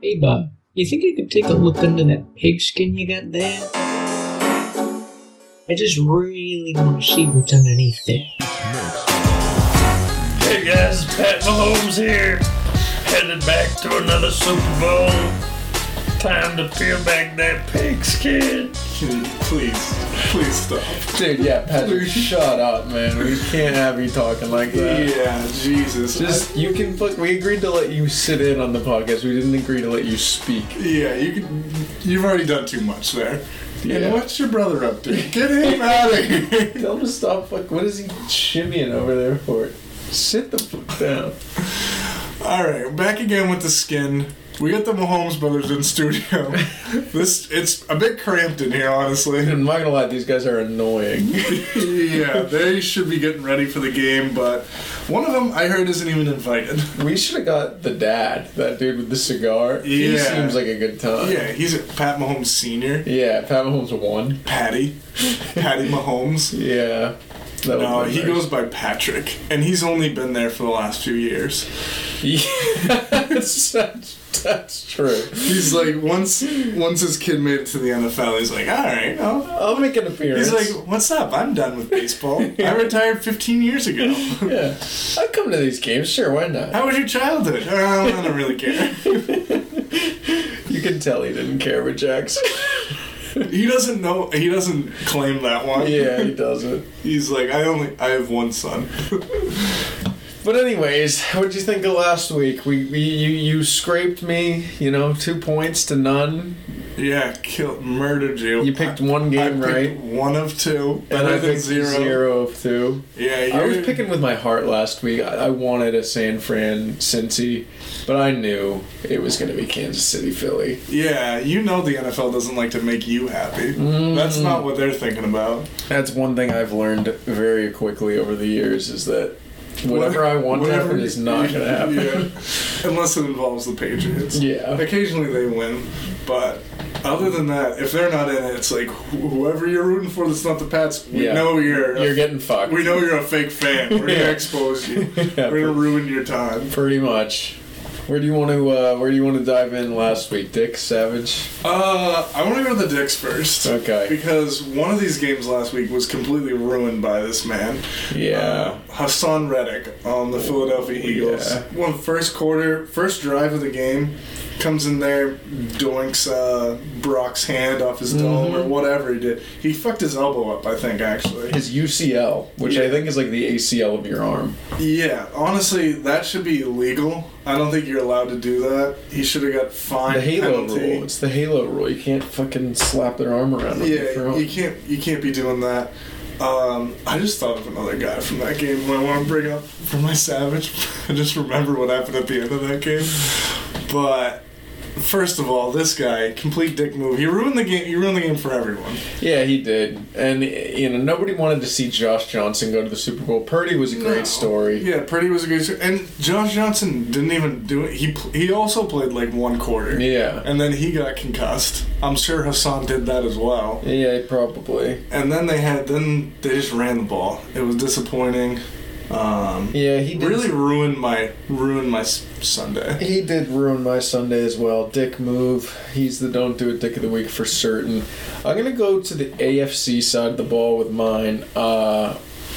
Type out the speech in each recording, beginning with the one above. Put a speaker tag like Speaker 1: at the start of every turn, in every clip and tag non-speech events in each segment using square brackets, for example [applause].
Speaker 1: Hey, Bob, you think you could take a look under that pigskin you got there? I just really want to see what's underneath there.
Speaker 2: Hey guys, it's Pat Mahomes here. Headed back to another Super Bowl. Time to peel back that pigskin.
Speaker 3: Please, please stop.
Speaker 4: Dude, yeah, Patrick, shut up, man. We can't have you talking like that.
Speaker 3: Yeah, Jesus.
Speaker 4: Just you can fuck. We agreed to let you sit in on the podcast. We didn't agree to let you speak. [laughs]
Speaker 3: yeah, you can, you've already done too much there.
Speaker 4: Yeah.
Speaker 3: And what's your brother up to? Get him out of here. [laughs]
Speaker 4: Tell him to stop. Fuck. What is he shimmying over there for? Sit the fuck down.
Speaker 3: All right, back again with the skin. We got the Mahomes brothers in [laughs] studio. this it's a bit cramped in here, honestly.
Speaker 4: I'm not gonna lie, these guys are annoying.
Speaker 3: [laughs] yeah, they should be getting ready for the game, but one of them I heard isn't even invited.
Speaker 4: We should have got the dad, that dude with the cigar. He
Speaker 3: Yeah.
Speaker 4: seems like a good time.
Speaker 3: Yeah, he's Pat Mahomes senior.
Speaker 4: Yeah, Pat Mahomes won.
Speaker 3: Patty, Patty Mahomes.
Speaker 4: Yeah. That
Speaker 3: No,
Speaker 4: would've
Speaker 3: he
Speaker 4: been
Speaker 3: goes by Patrick, and he's only been there for the last few years.
Speaker 4: nice. Yeah, [laughs] that's, that's true.
Speaker 3: He's like once once his kid made it to the NFL, he's like, all right, I'll-"
Speaker 4: I'll make an appearance.
Speaker 3: he's like, what's up? I'm done with [laughs] baseball. I retired 15 years [laughs] ago.
Speaker 4: yeah, I come to these games. Sure, why not?
Speaker 3: How was your childhood? "Oh, I don't really care. [laughs]
Speaker 4: You can tell he didn't care for
Speaker 3: [laughs]
Speaker 4: Jackson.
Speaker 3: He doesn't know. He doesn't claim that one.
Speaker 4: yeah, he doesn't.
Speaker 3: He's like, I only I have one son. [laughs]
Speaker 4: But anyways, what'd you think of last week? We, we you you scraped me. You know, two points to none.
Speaker 3: Yeah, killed, murdered you.
Speaker 4: You picked one
Speaker 3: I
Speaker 4: game
Speaker 3: picked
Speaker 4: right.
Speaker 3: one of two,
Speaker 4: And I
Speaker 3: better than
Speaker 4: picked
Speaker 3: zero.
Speaker 4: zero of two.
Speaker 3: Yeah,
Speaker 4: I was
Speaker 3: you're-
Speaker 4: picking with my heart last week. I, I wanted a San Fran Cincy, but I knew it was going to be Kansas City Philly.
Speaker 3: Yeah, you know the NFL doesn't like to make you happy.
Speaker 4: Mm.
Speaker 3: That's not what they're thinking about.
Speaker 4: That's one thing I've learned very quickly over the years is that whatever I want to
Speaker 3: Whatever-
Speaker 4: happen is
Speaker 3: [laughs]
Speaker 4: not going to happen. [laughs]
Speaker 3: Yeah. Unless it involves the Patriots.
Speaker 4: Yeah.
Speaker 3: Occasionally they win, but other than that, if they're not in it, it's like wh- whoever you're rooting for that's not the Pats, we
Speaker 4: Yeah.
Speaker 3: know you're.
Speaker 4: You're getting fucked.
Speaker 3: we know you're a fake fan. We're
Speaker 4: [laughs] Yeah.
Speaker 3: gonna expose you.
Speaker 4: Yeah,
Speaker 3: We're gonna ruin your time.
Speaker 4: pretty much. Where do you want to uh, Where do you want to dive in last week, Dick Savage?
Speaker 3: Uh, I want to go to the Dicks first.
Speaker 4: Okay.
Speaker 3: Because one of these games last week was completely ruined by this man.
Speaker 4: Yeah.
Speaker 3: Uh, Hassan Reddick on the Philadelphia Eagles.
Speaker 4: Oh, yeah.
Speaker 3: One first quarter, first drive of the game, comes in there, doinks uh, Brock's hand off his dome or whatever he did. He fucked his elbow up, I think, actually.
Speaker 4: Mm-hmm. His UCL, which I think is like the ACL of your arm.
Speaker 3: Yeah, honestly, that should be illegal. I don't think you're allowed to do that. He should have got fined.
Speaker 4: The Halo
Speaker 3: penalty.
Speaker 4: rule. It's the Halo rule. You can't fucking slap their arm around. with your
Speaker 3: Yeah,
Speaker 4: throat.
Speaker 3: you can't you can't be doing that. Um, I just thought of another guy from that game who I want to bring up for my Savage. [laughs] I just remember what happened at the end of that game. But first of all, this guy complete dick move. He ruined the game. He ruined the game for everyone.
Speaker 4: Yeah, he did. And you know, nobody wanted to see Josh Johnson go to the Super Bowl. Purdy was a great
Speaker 3: No.
Speaker 4: story.
Speaker 3: Yeah, Purdy was a good story, and Josh Johnson didn't even do it. He pl- he also played like one quarter.
Speaker 4: Yeah.
Speaker 3: And then he got concussed. I'm sure Hassan did that as well.
Speaker 4: Yeah, probably.
Speaker 3: And then they had then they just ran the ball. It was disappointing. Um,
Speaker 4: Yeah, he did.
Speaker 3: really ruined my ruined my s- Sunday.
Speaker 4: He did ruin my Sunday as well. Dick move. He's the don't do it dick of the week for certain. I'm gonna go to the AFC side of the ball with mine. Uh,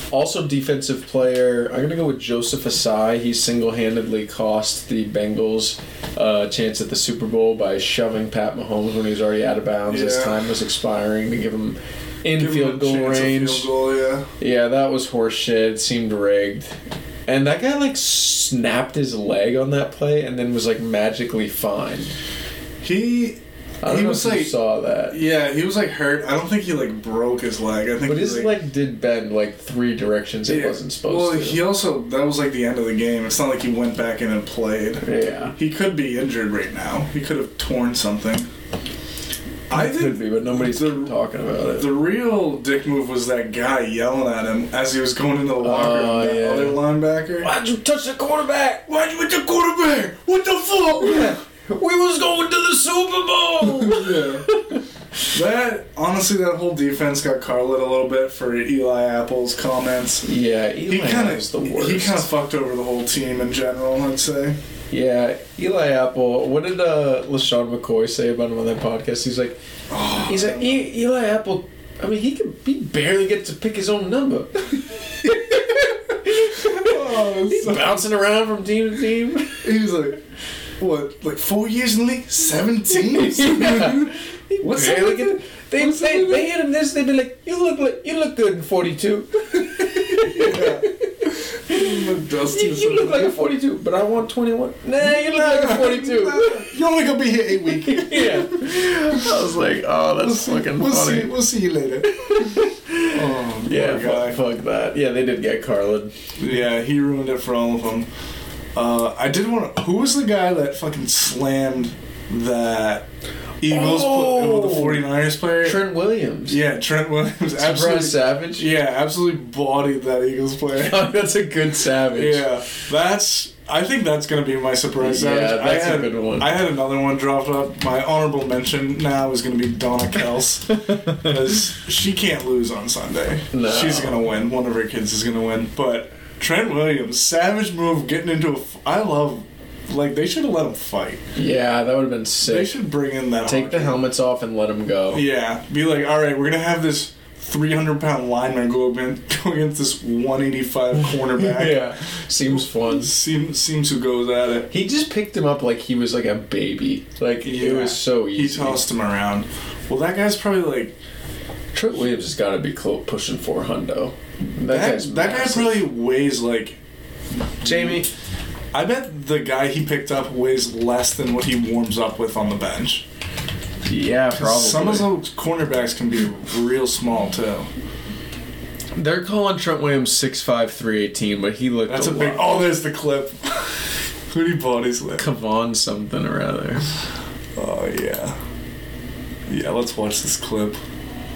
Speaker 4: also defensive player. I'm gonna go with Joseph Asai. He single-handedly cost the Bengals uh, a chance at the Super Bowl by shoving Pat Mahomes when he was already out of bounds. His
Speaker 3: Yeah.
Speaker 4: time was expiring to give him in
Speaker 3: Give him a
Speaker 4: field goal
Speaker 3: chance at
Speaker 4: range.
Speaker 3: Field goal, yeah.
Speaker 4: Yeah, that was horseshit. It seemed rigged. And that guy like snapped his leg on that play and then was like magically fine.
Speaker 3: He
Speaker 4: I don't
Speaker 3: He
Speaker 4: know
Speaker 3: was,
Speaker 4: if you
Speaker 3: like-
Speaker 4: saw that.
Speaker 3: yeah he was like hurt. I don't think he like broke his leg. I think
Speaker 4: But
Speaker 3: he,
Speaker 4: his
Speaker 3: like,
Speaker 4: leg did bend like three directions it
Speaker 3: yeah.
Speaker 4: wasn't supposed
Speaker 3: well,
Speaker 4: to.
Speaker 3: he also that was like the end of the game. It's not like he went back in and played.
Speaker 4: yeah.
Speaker 3: He could be injured right now. He could have torn something. I
Speaker 4: It
Speaker 3: think
Speaker 4: could be, but nobody's
Speaker 3: the-
Speaker 4: talking about it.
Speaker 3: The real dick move was that guy yelling at him as he was going into the locker room,
Speaker 4: Oh,
Speaker 3: that
Speaker 4: yeah.
Speaker 3: other linebacker.
Speaker 4: Why'd you touch the quarterback?
Speaker 3: Why'd you hit the quarterback? What the fuck?
Speaker 4: We was going to the Super Bowl.
Speaker 3: Yeah. that honestly, that whole defense got carlit a little bit for Eli Apple's comments.
Speaker 4: [laughs] yeah,
Speaker 3: He
Speaker 4: Eli
Speaker 3: kind of
Speaker 4: was the worst. [laughs]
Speaker 3: he kind of fucked over the whole team in general. I'd say
Speaker 4: Yeah, Eli Apple. What did uh, LaShawn McCoy say about him on that podcast? He's like, he's like e- Eli Apple. I mean, he can he barely gets to pick his own number.
Speaker 3: Oh,
Speaker 4: [laughs] He's
Speaker 3: so-
Speaker 4: bouncing around from team to team.
Speaker 3: he was like, what, like four years in the league? 17?
Speaker 4: [laughs] Yeah.
Speaker 3: What's
Speaker 4: Barely
Speaker 3: up with
Speaker 4: get-
Speaker 3: it?
Speaker 4: They,
Speaker 3: What's up
Speaker 4: they,
Speaker 3: with
Speaker 4: they
Speaker 3: it?
Speaker 4: hit him this. They'd be like, "You look like you look good in 42. [laughs]
Speaker 3: Dusty
Speaker 4: you,
Speaker 3: or
Speaker 4: you look
Speaker 3: something.
Speaker 4: like a 42, but I want 21. Nah, you look
Speaker 3: [laughs]
Speaker 4: like a 42." [laughs]
Speaker 3: You're only gonna be here eight weeks.
Speaker 4: yeah. I was like, "Oh, that's [laughs] fucking
Speaker 3: we'll
Speaker 4: funny."
Speaker 3: See, we'll see you
Speaker 4: [laughs]
Speaker 3: later. oh,
Speaker 4: Yeah,
Speaker 3: poor guy.
Speaker 4: fuck, fuck that. Yeah, they did get Carlin.
Speaker 3: Yeah, he ruined it for all of them. Uh, I did want to. Who was the guy that fucking slammed that Eagles
Speaker 4: Oh!
Speaker 3: pl- the 49ers player?
Speaker 4: Trent Williams.
Speaker 3: Yeah, Trent Williams.
Speaker 4: Surprise
Speaker 3: Absolutely.
Speaker 4: Savage. [laughs]
Speaker 3: Yeah, absolutely bodied that Eagles player.
Speaker 4: that's a good Savage.
Speaker 3: Yeah, that's. I think that's gonna be my surprise.
Speaker 4: Yeah,
Speaker 3: sandwich.
Speaker 4: that's
Speaker 3: I
Speaker 4: a
Speaker 3: had,
Speaker 4: good one.
Speaker 3: I had another one dropped up. My honorable mention now is gonna be
Speaker 4: [laughs]
Speaker 3: Donna Kels because she can't lose on Sunday.
Speaker 4: No.
Speaker 3: She's gonna win. One of her kids is gonna win. But Trent Williams, savage move, getting into a. F- I love. Like they should have let him fight.
Speaker 4: Yeah, that would have been
Speaker 3: They
Speaker 4: sick.
Speaker 3: should bring in that.
Speaker 4: Take the
Speaker 3: hockey.
Speaker 4: helmets off and let them go. [laughs]
Speaker 3: Yeah, be like, all right, we're gonna have this 300 pound lineman go up in- go against this
Speaker 4: [laughs]
Speaker 3: 185 cornerback.
Speaker 4: Seems fun.
Speaker 3: Seems seems who goes at it.
Speaker 4: He just picked him up like he was like a baby. Like it
Speaker 3: Yeah.
Speaker 4: was so
Speaker 3: He
Speaker 4: easy.
Speaker 3: tossed him around. Well, that guy's probably like
Speaker 4: Trent Williams has got to be close pushing four hundo. That,
Speaker 3: that.
Speaker 4: guy's
Speaker 3: That guy
Speaker 4: massive.
Speaker 3: probably weighs like.
Speaker 4: Jamie.
Speaker 3: I bet the guy he picked up weighs less than what he warms up with on the bench.
Speaker 4: Yeah, probably.
Speaker 3: Some of those cornerbacks can be real small too.
Speaker 4: They're calling Trent Williams six five three eighteen, but he looked
Speaker 3: That's a
Speaker 4: lot.
Speaker 3: big. Oh, there's the clip. [laughs] Who do you bodies with?
Speaker 4: Kavon something or other.
Speaker 3: Oh yeah. Yeah, let's watch this clip.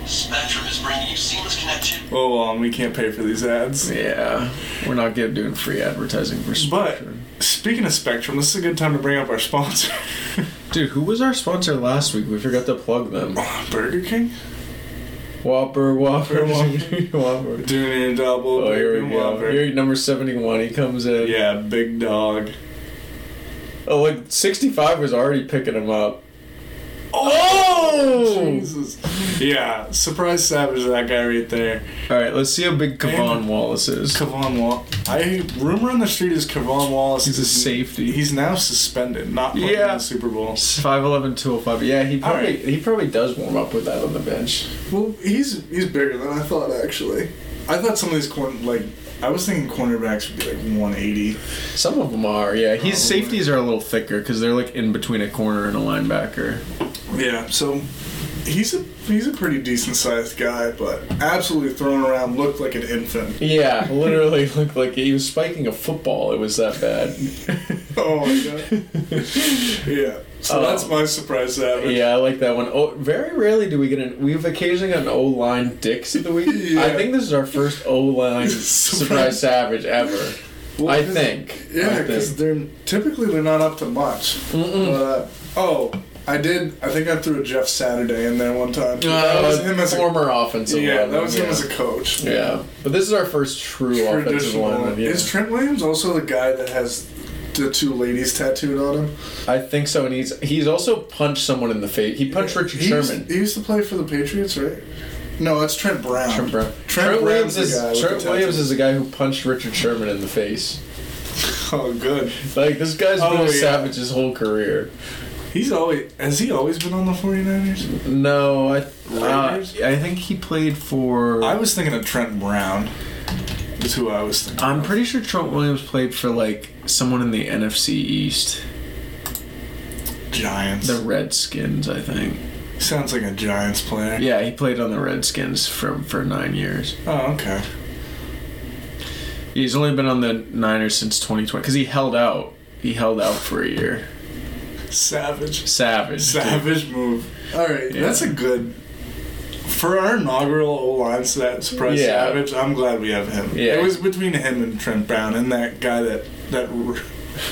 Speaker 5: Spectrum is bringing you seamless connection.
Speaker 3: Oh, um, we can't pay for these ads.
Speaker 4: Yeah, we're not getting doing free advertising for
Speaker 3: But
Speaker 4: Spectrum.
Speaker 3: speaking of Spectrum, this is a good time to bring up our sponsor, [laughs]
Speaker 4: Dude, who was our sponsor last week? We forgot to plug them.
Speaker 3: Burger King. [laughs]
Speaker 4: Whopper, Whopper, Whopper, [laughs]
Speaker 3: Whopper.
Speaker 4: Whopper.
Speaker 3: Doing a double.
Speaker 4: Oh, here we
Speaker 3: Big
Speaker 4: go.
Speaker 3: Whopper.
Speaker 4: Here, number 71. He comes in.
Speaker 3: Yeah, big dog.
Speaker 4: Oh, like 65 was already picking him up.
Speaker 3: Oh! Jesus. Yeah, surprise savage that guy right there.
Speaker 4: All right, let's see how big Kavon
Speaker 3: Man.
Speaker 4: Wallace is.
Speaker 3: Kevon Wall. I rumor on the street is Kevon Wallace.
Speaker 4: He's a
Speaker 3: is-
Speaker 4: safety.
Speaker 3: He's now suspended, not playing
Speaker 4: Yeah.
Speaker 3: in the Super Bowl.
Speaker 4: 5'11", 205. Yeah, he probably
Speaker 3: right.
Speaker 4: he probably does warm up with that on the bench.
Speaker 3: Well, he's he's bigger than I thought actually. I thought some of these corner like I was thinking cornerbacks would be like 180.
Speaker 4: Some of them are, yeah. His
Speaker 3: Probably.
Speaker 4: safeties are a little thicker because they're like in between a corner and a linebacker.
Speaker 3: Yeah, so he's a he's a pretty decent sized guy, but absolutely thrown around, looked like an infant.
Speaker 4: Yeah, literally [laughs] looked like he was spiking a football. It was that bad.
Speaker 3: Oh my god.
Speaker 4: [laughs]
Speaker 3: yeah. So
Speaker 4: Oh.
Speaker 3: that's my surprise savage.
Speaker 4: yeah, I like that one. Oh, very rarely do we get an. We've occasionally got an O line dicks of the week.
Speaker 3: [laughs] Yeah.
Speaker 4: I think this is our first O
Speaker 3: [laughs]
Speaker 4: line
Speaker 3: Surprise.
Speaker 4: surprise savage ever.
Speaker 3: Well,
Speaker 4: I
Speaker 3: 'cause-
Speaker 4: think.
Speaker 3: Yeah,
Speaker 4: I
Speaker 3: because
Speaker 4: think.
Speaker 3: they're typically they're not up to much. But, uh, oh, I did. I think I threw a Jeff Saturday in there one time.
Speaker 4: Uh,
Speaker 3: that was him as a
Speaker 4: former offensive
Speaker 3: yeah.
Speaker 4: lineman,
Speaker 3: That was
Speaker 4: yeah.
Speaker 3: him as a coach.
Speaker 4: Yeah, but this is our first true offensive
Speaker 3: Traditional.
Speaker 4: lineman. Yeah.
Speaker 3: Is Trent Williams also the guy that has the two ladies tattooed on him?
Speaker 4: I think so, and he's he's also punched someone in the face. He punched Richard
Speaker 3: He used-
Speaker 4: Sherman.
Speaker 3: He used to play for the Patriots, right? No, that's Trent Brown.
Speaker 4: Trent, Brown. Trent, Williams is Trent Williams is the guy who punched Richard Sherman in the face.
Speaker 3: Oh, good.
Speaker 4: Like this guy's been
Speaker 3: Oh,
Speaker 4: a
Speaker 3: yeah.
Speaker 4: savage his whole career.
Speaker 3: He's always has he always been on the 49ers?
Speaker 4: No, I uh,
Speaker 3: Raiders?
Speaker 4: I think he played for.
Speaker 3: I
Speaker 4: I'm,
Speaker 3: was thinking of Trent Brown. Is who I was thinking.
Speaker 4: pretty sure Trent Williams played for like someone in the NFC East,
Speaker 3: Giants.
Speaker 4: the Redskins, I think.
Speaker 3: Sounds like a Giants player.
Speaker 4: Yeah, he played on the Redskins for for nine years.
Speaker 3: Oh, okay.
Speaker 4: He's only been on the Niners since 2020 because he held out. He held out for a year.
Speaker 3: Savage.
Speaker 4: Savage. dude.
Speaker 3: Savage move. All right,
Speaker 4: Yeah.
Speaker 3: that's a good. For our inaugural O line set, surprise
Speaker 4: Yeah.
Speaker 3: Savage. I'm glad we have him.
Speaker 4: Yeah.
Speaker 3: It was between him and Trent Brown and that guy that that [laughs] r-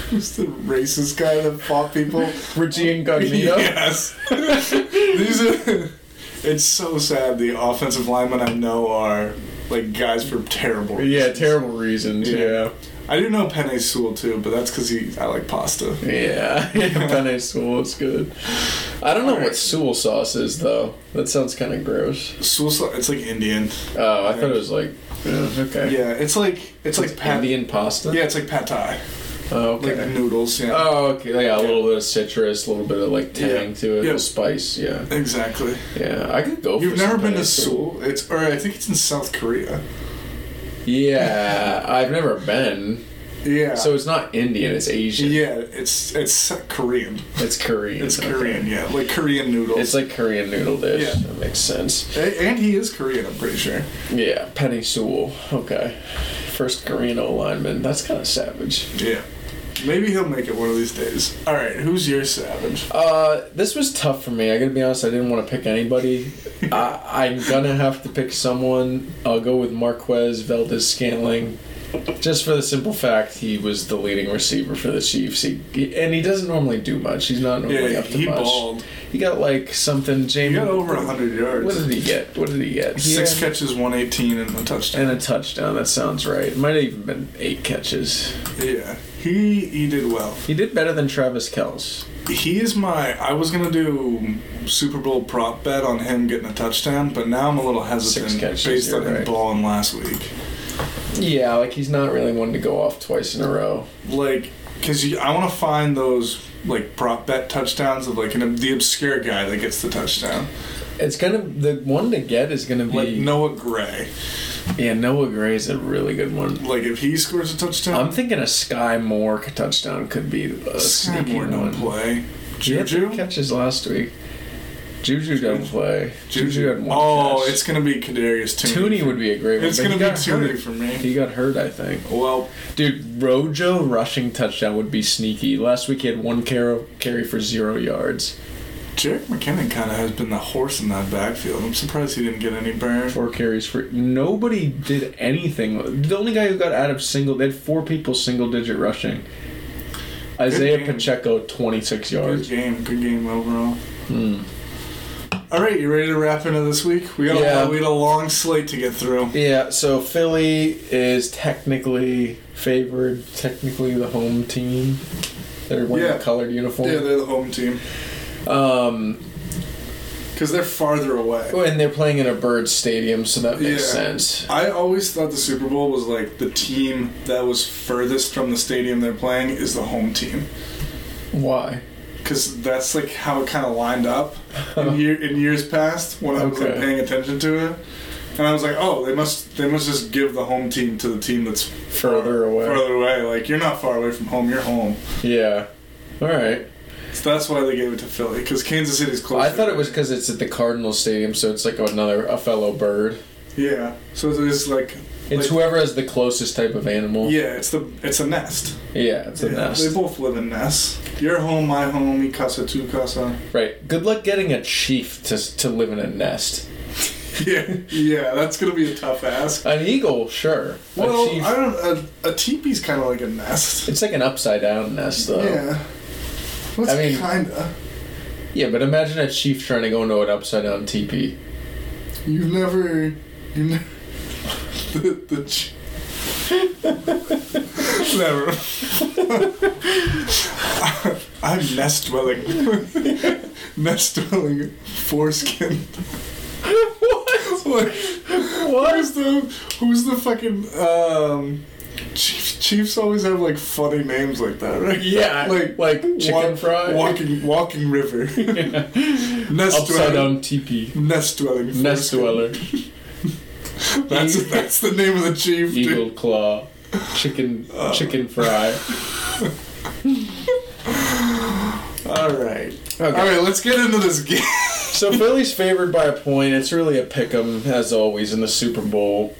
Speaker 3: who's the racist guy that fought people. [laughs]
Speaker 4: [laughs] Richie Incognito.
Speaker 3: Yes. These are It's so sad. The offensive linemen I know are like guys for terrible.
Speaker 4: Yeah,
Speaker 3: reasons.
Speaker 4: terrible reasons.
Speaker 3: Yeah.
Speaker 4: Yeah.
Speaker 3: I do know Penny Sewell too, but that's because he. I like pasta.
Speaker 4: Yeah. [laughs]
Speaker 3: [laughs]
Speaker 4: Yeah. Penne Sewell is good. I don't know what Sewell sauce is, though. That sounds kind of gross.
Speaker 3: Sewell, sau- it's like Indian.
Speaker 4: Oh, I thought it was like. yeah, okay.
Speaker 3: Yeah, it's like it's like pat.
Speaker 4: Indian pasta?
Speaker 3: Yeah, it's like pad thai,
Speaker 4: Oh,
Speaker 3: like
Speaker 4: okay.
Speaker 3: noodles. Yeah.
Speaker 4: Oh, okay. Yeah, a little bit of citrus, a little bit of like tang
Speaker 3: Yeah.
Speaker 4: to it, a
Speaker 3: Yeah.
Speaker 4: little spice. Yeah,
Speaker 3: Exactly.
Speaker 4: yeah. I could go.
Speaker 3: You've
Speaker 4: for
Speaker 3: never
Speaker 4: some
Speaker 3: been to
Speaker 4: penne Sewell.
Speaker 3: Seoul? It's or I think it's in South Korea.
Speaker 4: Yeah, I've never been.
Speaker 3: Yeah.
Speaker 4: So it's not Indian. It's Asian.
Speaker 3: yeah, it's it's Korean.
Speaker 4: It's Korean.
Speaker 3: It's
Speaker 4: okay.
Speaker 3: Korean. Yeah, like Korean noodles.
Speaker 4: It's like Korean noodle dish.
Speaker 3: Yeah.
Speaker 4: That makes sense.
Speaker 3: A- and he is Korean. I'm pretty sure.
Speaker 4: Yeah, Penny Sewell. Okay, first Korean O lineman. That's kind of savage.
Speaker 3: Yeah. Maybe he'll make it one of these days. All right, who's your savage?
Speaker 4: Uh, this was tough for me. I gotta be honest. I didn't want to
Speaker 3: [laughs]
Speaker 4: pick anybody. I, I'm gonna have to pick someone. I'll go with Marquez Valdez Scantling, just for the simple fact he was the leading receiver for the Chiefs. He, he- and he doesn't normally do much. He's not normally
Speaker 3: Yeah,
Speaker 4: up to
Speaker 3: he
Speaker 4: much.
Speaker 3: balled.
Speaker 4: He got like something.
Speaker 3: He
Speaker 4: Jamie
Speaker 3: got over 100 yards.
Speaker 4: What did he get? What did he get? He
Speaker 3: Six
Speaker 4: had-
Speaker 3: catches, 118, and a touchdown.
Speaker 4: and a touchdown. That sounds right. It might have even been eight catches.
Speaker 3: yeah, he he did well.
Speaker 4: He did better than Travis Kells.
Speaker 3: He is my. I was gonna do Super Bowl prop bet on him getting a touchdown, but now I'm a little hesitant
Speaker 4: Six catches,
Speaker 3: based on
Speaker 4: you're
Speaker 3: him
Speaker 4: right.
Speaker 3: balling last week.
Speaker 4: Yeah, like he's not really one to go off twice in a row.
Speaker 3: Like, cause you, I want to find those like prop bet touchdowns of like an, the obscure guy that gets the touchdown,
Speaker 4: It's gonna the one to get is gonna be
Speaker 3: like Noah Gray.
Speaker 4: yeah Noah Gray is a really good one.
Speaker 3: Like if he scores a touchdown,
Speaker 4: I'm thinking a Sky Moore touchdown could be a
Speaker 3: Sky
Speaker 4: sneaky
Speaker 3: Moore don't
Speaker 4: one.
Speaker 3: play.
Speaker 4: He had three
Speaker 3: Juju,
Speaker 4: catches last week. Juju don't play. Juju had one.
Speaker 3: Oh,
Speaker 4: catch.
Speaker 3: it's gonna be Kadarius Tooney.
Speaker 4: Tooney would be a great one.
Speaker 3: It's
Speaker 4: but he
Speaker 3: gonna be
Speaker 4: got
Speaker 3: Tooney
Speaker 4: hurt.
Speaker 3: for me.
Speaker 4: He got hurt, I think.
Speaker 3: Well,
Speaker 4: Dude, Rojo rushing touchdown would be sneaky. Last week he had one carry, carry for zero yards,
Speaker 3: Jarek McKinnon kind of has been the horse in that backfield. I'm surprised he didn't get any burn.
Speaker 4: four carries for. Nobody did anything. The only guy who got out of single, they had four people single digit rushing. Isaiah
Speaker 3: game.
Speaker 4: Pacheco, 26
Speaker 3: Good
Speaker 4: yards.
Speaker 3: game, good game overall.
Speaker 4: Hmm.
Speaker 3: All right, you ready to wrap into this week? We got
Speaker 4: Yeah.
Speaker 3: a, we got a long slate to get through.
Speaker 4: Yeah, so Philly is technically favored, technically the home team. They're wearing
Speaker 3: Yeah.
Speaker 4: a colored uniform.
Speaker 3: Yeah, they're the home team
Speaker 4: um,
Speaker 3: because they're farther away.
Speaker 4: and they're playing in a bird stadium, so that makes
Speaker 3: Yeah.
Speaker 4: sense.
Speaker 3: I always thought the Super Bowl was like the team that was furthest from the stadium they're playing is the home team.
Speaker 4: Why?
Speaker 3: because that's like how it kind of lined up
Speaker 4: [laughs]
Speaker 3: in, year, in years past when I was like
Speaker 4: Okay.
Speaker 3: paying attention to it, and I was like, oh, they must they must just give the home team to the team that's
Speaker 4: Further away.
Speaker 3: Further away, like you're not far away from home, you're home.
Speaker 4: Yeah. All right.
Speaker 3: So that's why they gave it to Philly because Kansas City's close.
Speaker 4: I thought it was because it's at the Cardinal Stadium, so it's like another a fellow bird.
Speaker 3: yeah. So it's like
Speaker 4: It's
Speaker 3: like-
Speaker 4: whoever has the closest type of animal.
Speaker 3: yeah, it's the it's a nest.
Speaker 4: Yeah, it's a
Speaker 3: Yeah, They
Speaker 4: nest.
Speaker 3: both live in nests. Your home, my home, mi casa, tu casa. [laughs]
Speaker 4: Right. Good luck getting a chief to to live in a nest.
Speaker 3: Yeah, yeah, that's gonna be a tough ask.
Speaker 4: An eagle, sure.
Speaker 3: Well,
Speaker 4: a chief.
Speaker 3: I don't. A, a teepee's kind of like a nest.
Speaker 4: It's like an upside down nest, though.
Speaker 3: Yeah. Well, it's
Speaker 4: I mean-
Speaker 3: kinda.
Speaker 4: Yeah, but imagine a chief trying to go into an upside down teepee.
Speaker 3: You've never. You never. The, the ch- never. [laughs] I'm nest dwelling. nest dwelling foreskin.
Speaker 4: what?
Speaker 3: What?
Speaker 4: What?
Speaker 3: Who's the Who's the fucking um? Chiefs, Chiefs always have like funny names like that, right?
Speaker 4: Yeah, like chicken
Speaker 3: walk-
Speaker 4: fry.
Speaker 3: Walking, walking
Speaker 4: [laughs]
Speaker 3: river. Nest
Speaker 4: upside
Speaker 3: dwelling.
Speaker 4: down teepee.
Speaker 3: Nest dwelling.
Speaker 4: Nest
Speaker 3: foreskin.
Speaker 4: dweller.
Speaker 3: That's that's the name of the chief. dude.
Speaker 4: Eagle claw. Chicken.
Speaker 3: Uh.
Speaker 4: Chicken fry.
Speaker 3: All right.
Speaker 4: Okay.
Speaker 3: All right. Let's get into this
Speaker 4: [laughs]
Speaker 3: game.
Speaker 4: So Philly's favored by a point. It's really a pick 'em, as always, in the Super Bowl.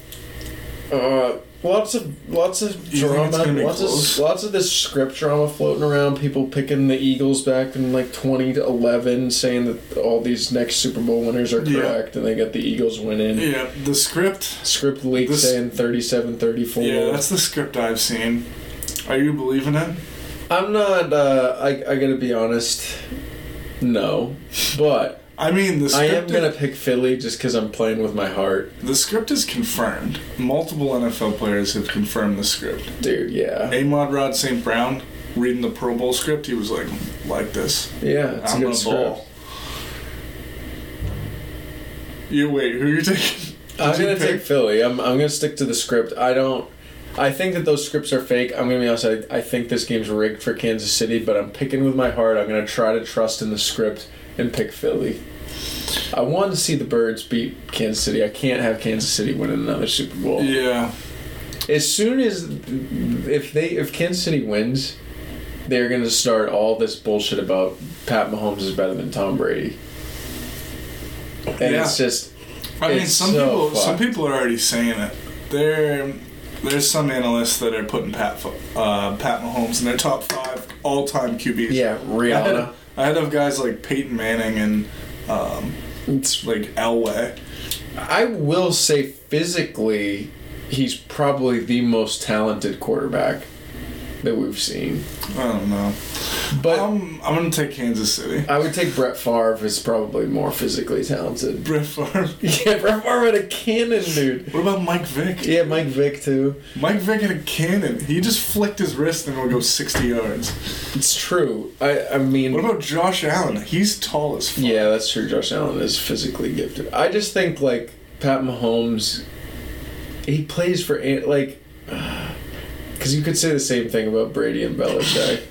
Speaker 4: Uh, lots of lots of
Speaker 3: You think it's
Speaker 4: drama,
Speaker 3: gonna be
Speaker 4: lots
Speaker 3: close?
Speaker 4: of lots of this script drama floating around. People picking the Eagles back in like twenty to eleven, saying that all these next Super Bowl winners are
Speaker 3: Yeah.
Speaker 4: correct, and they got the Eagles winning.
Speaker 3: yeah. The script.
Speaker 4: Script leak
Speaker 3: This-
Speaker 4: saying 37-34.
Speaker 3: Yeah, that's the script I've seen. Are you believing it?
Speaker 4: I'm not. Uh, I I gotta be honest. No, but
Speaker 3: I mean, the
Speaker 4: I
Speaker 3: script,
Speaker 4: am gonna
Speaker 3: is,
Speaker 4: pick Philly just because I'm playing with my heart,
Speaker 3: the script is confirmed. Multiple NFL players have confirmed the script.
Speaker 4: dude. Yeah,
Speaker 3: Amon Rod St. Brown, reading the Pro Bowl script, he was like, like this.
Speaker 4: yeah, it's
Speaker 3: I'm
Speaker 4: a
Speaker 3: gonna
Speaker 4: good script.
Speaker 3: ball. You wait, who are you taking?
Speaker 4: I'm
Speaker 3: Did you
Speaker 4: gonna
Speaker 3: pick-
Speaker 4: take Philly. I'm I'm gonna stick to the script. I don't. I think that those scripts are fake. I'm gonna be honest. I, I think this game's rigged for Kansas City, but I'm picking with my heart. I'm gonna try to trust in the script and pick Philly. I want to see the Birds beat Kansas City. I can't have Kansas City win another Super Bowl.
Speaker 3: Yeah.
Speaker 4: As soon as if they if Kansas City wins, they're gonna start all this bullshit about Pat Mahomes is better than Tom Brady. And it's just
Speaker 3: I mean,
Speaker 4: It's
Speaker 3: some
Speaker 4: so
Speaker 3: people some
Speaker 4: fucked.
Speaker 3: people are already saying it. There, there's some analysts that are putting Pat Fo- uh, Pat Mahomes in their top five all time QBs.
Speaker 4: yeah,
Speaker 3: I had,
Speaker 4: Rihanna.
Speaker 3: I had of guys like Peyton Manning and um,
Speaker 4: It's
Speaker 3: like Elway.
Speaker 4: [laughs] I will say physically, he's probably the most talented quarterback that we've seen.
Speaker 3: I don't know,
Speaker 4: But
Speaker 3: um, I'm gonna take Kansas City. [laughs]
Speaker 4: I would take Brett Favre as probably more physically talented.
Speaker 3: Brett Favre.
Speaker 4: [laughs] Yeah, Brett Favre had a cannon, dude.
Speaker 3: What about Mike Vick?
Speaker 4: Yeah, Mike Vick too.
Speaker 3: Mike Vick had a cannon. He just flicked his wrist and it'll go 60 yards.
Speaker 4: It's true. I I mean,
Speaker 3: What about Josh Allen? He's tall as fuck.
Speaker 4: yeah, that's true. Josh Allen is physically gifted. I just think like Pat Mahomes, he plays for An- like, [sighs] because you could say the same thing about Brady and
Speaker 3: [laughs]
Speaker 4: Belichick.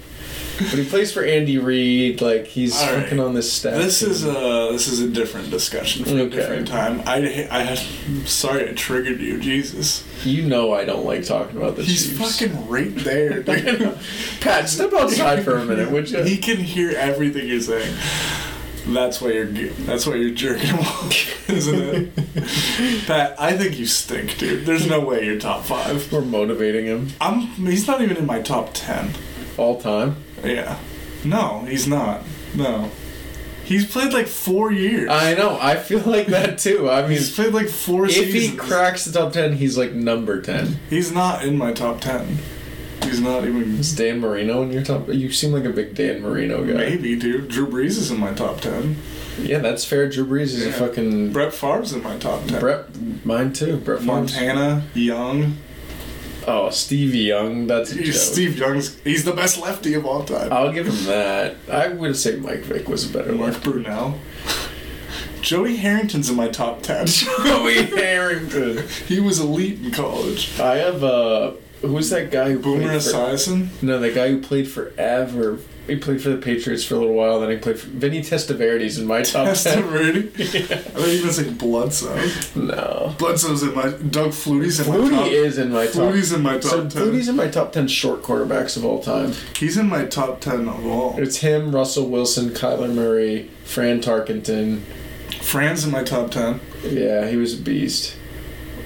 Speaker 4: But he plays for Andy Reid, like he's
Speaker 3: All right.
Speaker 4: fucking on this staff.
Speaker 3: This
Speaker 4: team.
Speaker 3: is a this is a different discussion for a
Speaker 4: Okay.
Speaker 3: different time. I I am sorry I triggered you, Jesus.
Speaker 4: you know I don't like talking about the
Speaker 3: He's
Speaker 4: Chiefs.
Speaker 3: fucking [laughs] right there,
Speaker 4: [laughs]
Speaker 3: dude.
Speaker 4: Pat, step outside for a minute, would you?
Speaker 3: He can hear everything you're saying. That's why you're ge- that's why you're jerking him off, [laughs] isn't
Speaker 4: [laughs]
Speaker 3: it? Pat, I think you stink, dude. There's no way you're top five.
Speaker 4: We're motivating him
Speaker 3: I'm he's not even in my top ten.
Speaker 4: all time.
Speaker 3: Yeah. No, he's not. No. He's played like four years.
Speaker 4: I know. I feel like that too. I mean,
Speaker 3: he's played like four
Speaker 4: if
Speaker 3: seasons.
Speaker 4: he cracks the top ten, he's like number ten.
Speaker 3: He's not in my top ten. He's not even.
Speaker 4: Is Dan Marino in your top? You seem like a big Dan Marino guy.
Speaker 3: Maybe, dude. Drew Brees is in my top ten.
Speaker 4: Yeah, that's fair. Drew Brees is a
Speaker 3: Yeah.
Speaker 4: fucking Brett.
Speaker 3: Brett Favre's in my top ten.
Speaker 4: Mine too. Brett Favre.
Speaker 3: Montana, Young.
Speaker 4: Oh, Steve Young. That's a joke.
Speaker 3: Steve Young's. He's the best lefty of all time.
Speaker 4: I'll give him that. I would say Mike Vick was a better one.
Speaker 3: Mark Brunell. Jody Harrington's in my top ten. [laughs]
Speaker 4: [laughs] Joey Harrington.
Speaker 3: he was elite in college.
Speaker 4: I have uh who's that guy who
Speaker 3: Boomer
Speaker 4: played for,
Speaker 3: Esiason.
Speaker 4: No, the guy who played forever. He played for the Patriots for a little while, then he played for Vinny Testaverde's in my top
Speaker 3: That's
Speaker 4: ten. [laughs]
Speaker 3: Rudy. I thought you were gonna say Bledsoe.
Speaker 4: No.
Speaker 3: Bledsoe's in my. Doug Flutie's in my top.
Speaker 4: Flutie is in my top
Speaker 3: Flutie's in my top
Speaker 4: So
Speaker 3: 10.
Speaker 4: Flutie's in my top ten short quarterbacks of all time.
Speaker 3: He's in my top ten of all.
Speaker 4: It's him, Russell Wilson, Kyler Murray, Fran Tarkenton.
Speaker 3: Fran's in my top ten.
Speaker 4: Yeah, he was a beast.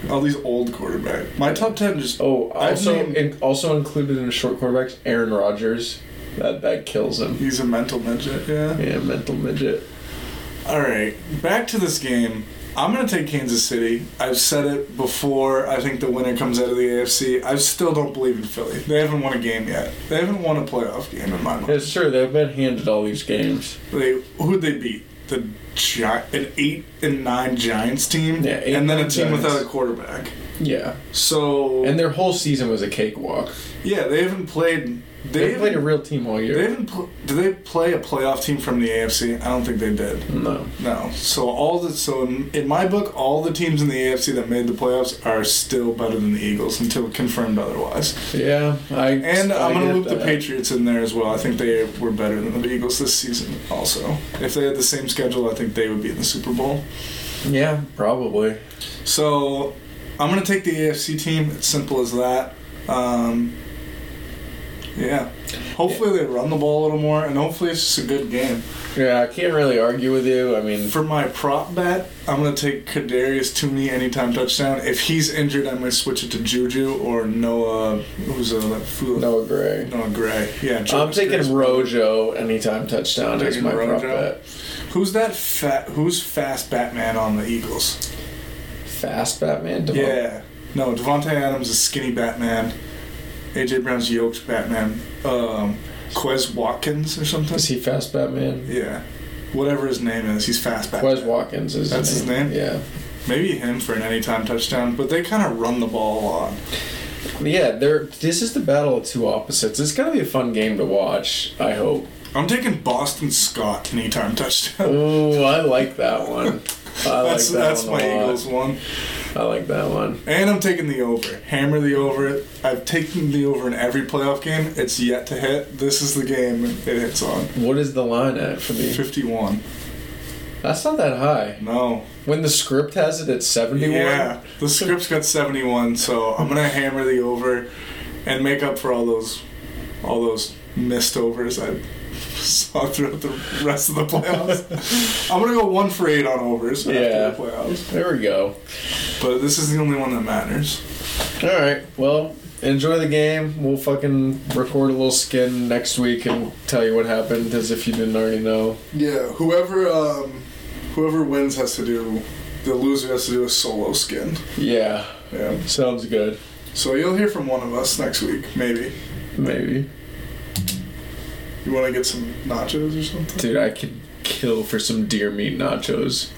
Speaker 3: All these old quarterback. My top ten just
Speaker 4: Oh,
Speaker 3: I've
Speaker 4: also
Speaker 3: named-
Speaker 4: in, also included in the short quarterbacks, Aaron Rodgers. That that kills him.
Speaker 3: he's a mental midget. Yeah.
Speaker 4: Yeah, mental midget.
Speaker 3: All right, back to this game. I'm gonna take Kansas City. I've said it before. I think the winner comes out of the AFC. I still don't believe in Philly. They haven't won a game yet. They haven't won a playoff game in my mind.
Speaker 4: It's true. They've been handed all these games.
Speaker 3: They who'd they beat? The Gi- an eight and nine Giants team,
Speaker 4: Yeah, eight
Speaker 3: and then a
Speaker 4: and
Speaker 3: team
Speaker 4: nine
Speaker 3: without a
Speaker 4: Giants.
Speaker 3: quarterback.
Speaker 4: Yeah,
Speaker 3: So
Speaker 4: and their whole season was a cakewalk.
Speaker 3: yeah, they haven't played.
Speaker 4: They,
Speaker 3: They,
Speaker 4: played a
Speaker 3: haven't-
Speaker 4: real team all
Speaker 3: They
Speaker 4: year.
Speaker 3: didn't. Pl- did they play a playoff team from the AFC? I don't think they did.
Speaker 4: No,
Speaker 3: No. So all the so in, in my book, all the teams in the AFC that made the playoffs are still better than the Eagles until confirmed otherwise.
Speaker 4: yeah, I
Speaker 3: And
Speaker 4: I
Speaker 3: I'm gonna
Speaker 4: get
Speaker 3: loop the
Speaker 4: that.
Speaker 3: Patriots in there as well. I think they were better than the Eagles this season. Also, if they had the same schedule, I think they would be in the Super Bowl.
Speaker 4: Yeah, probably.
Speaker 3: So I'm gonna take the AFC team. It's simple as that. Um, yeah. Hopefully they run the ball a little more, and hopefully it's just a good game.
Speaker 4: Yeah, I can't really argue with you. I mean,
Speaker 3: For my prop bet, I'm gonna take Kadarius Tooney anytime touchdown. If he's injured, I might switch it to Juju or Noah. Who's uh, that fool?
Speaker 4: Noah Gray.
Speaker 3: Noah Gray. Yeah,
Speaker 4: I'm
Speaker 3: Juju's
Speaker 4: taking
Speaker 3: Gray.
Speaker 4: Rojo anytime touchdown is
Speaker 3: Taking
Speaker 4: my prop
Speaker 3: Rojo?
Speaker 4: bet.
Speaker 3: Who's that fat? Who's fast Batman on the Eagles?
Speaker 4: Fast Batman. Devon-
Speaker 3: Yeah. No, Devontae Adams is skinny Batman. AJ Brown's yoked Batman. Um, Quez Watkins or something.
Speaker 4: Is he fast Batman?
Speaker 3: Yeah. whatever his name is. He's fast back.
Speaker 4: Wes Watkins is
Speaker 3: That's his name?
Speaker 4: Yeah.
Speaker 3: Maybe him for an anytime touchdown, but they kind of run the ball a lot.
Speaker 4: Yeah, they're, this is the battle of two opposites. It's going to be a fun game to watch, I hope.
Speaker 3: I'm taking Boston Scott anytime touchdown.
Speaker 4: Oh, I like that one. [laughs]
Speaker 3: [laughs]
Speaker 4: I like
Speaker 3: that's
Speaker 4: that
Speaker 3: that's
Speaker 4: one
Speaker 3: my
Speaker 4: a lot.
Speaker 3: Eagles one.
Speaker 4: I like that one.
Speaker 3: And I'm taking the over. Hammer the over. I've taken the over in every playoff game. It's yet to hit. This is the game it hits on.
Speaker 4: What is the line at for the?
Speaker 3: 51.
Speaker 4: That's not that high.
Speaker 3: No.
Speaker 4: When the script has it at seventy-one.
Speaker 3: Yeah. The script's got 71, so I'm going to hammer the over and make up for all those all those missed overs I saw throughout the rest of the
Speaker 4: [laughs]
Speaker 3: playoffs. I'm going to go 1 for 8 on overs
Speaker 4: Yeah.
Speaker 3: after the playoffs.
Speaker 4: There we go.
Speaker 3: But this is the only one that matters.
Speaker 4: All right. Well, enjoy the game. We'll fucking record a little skin next week and tell you what happened, as if you didn't already know.
Speaker 3: Yeah, whoever um, whoever wins has to do the loser has to do a solo skin.
Speaker 4: Yeah.
Speaker 3: Yeah.
Speaker 4: Sounds good.
Speaker 3: So you'll hear from one of us next week, maybe.
Speaker 4: Maybe.
Speaker 3: You want to get some nachos or something?
Speaker 4: Dude, I could kill for some deer meat nachos.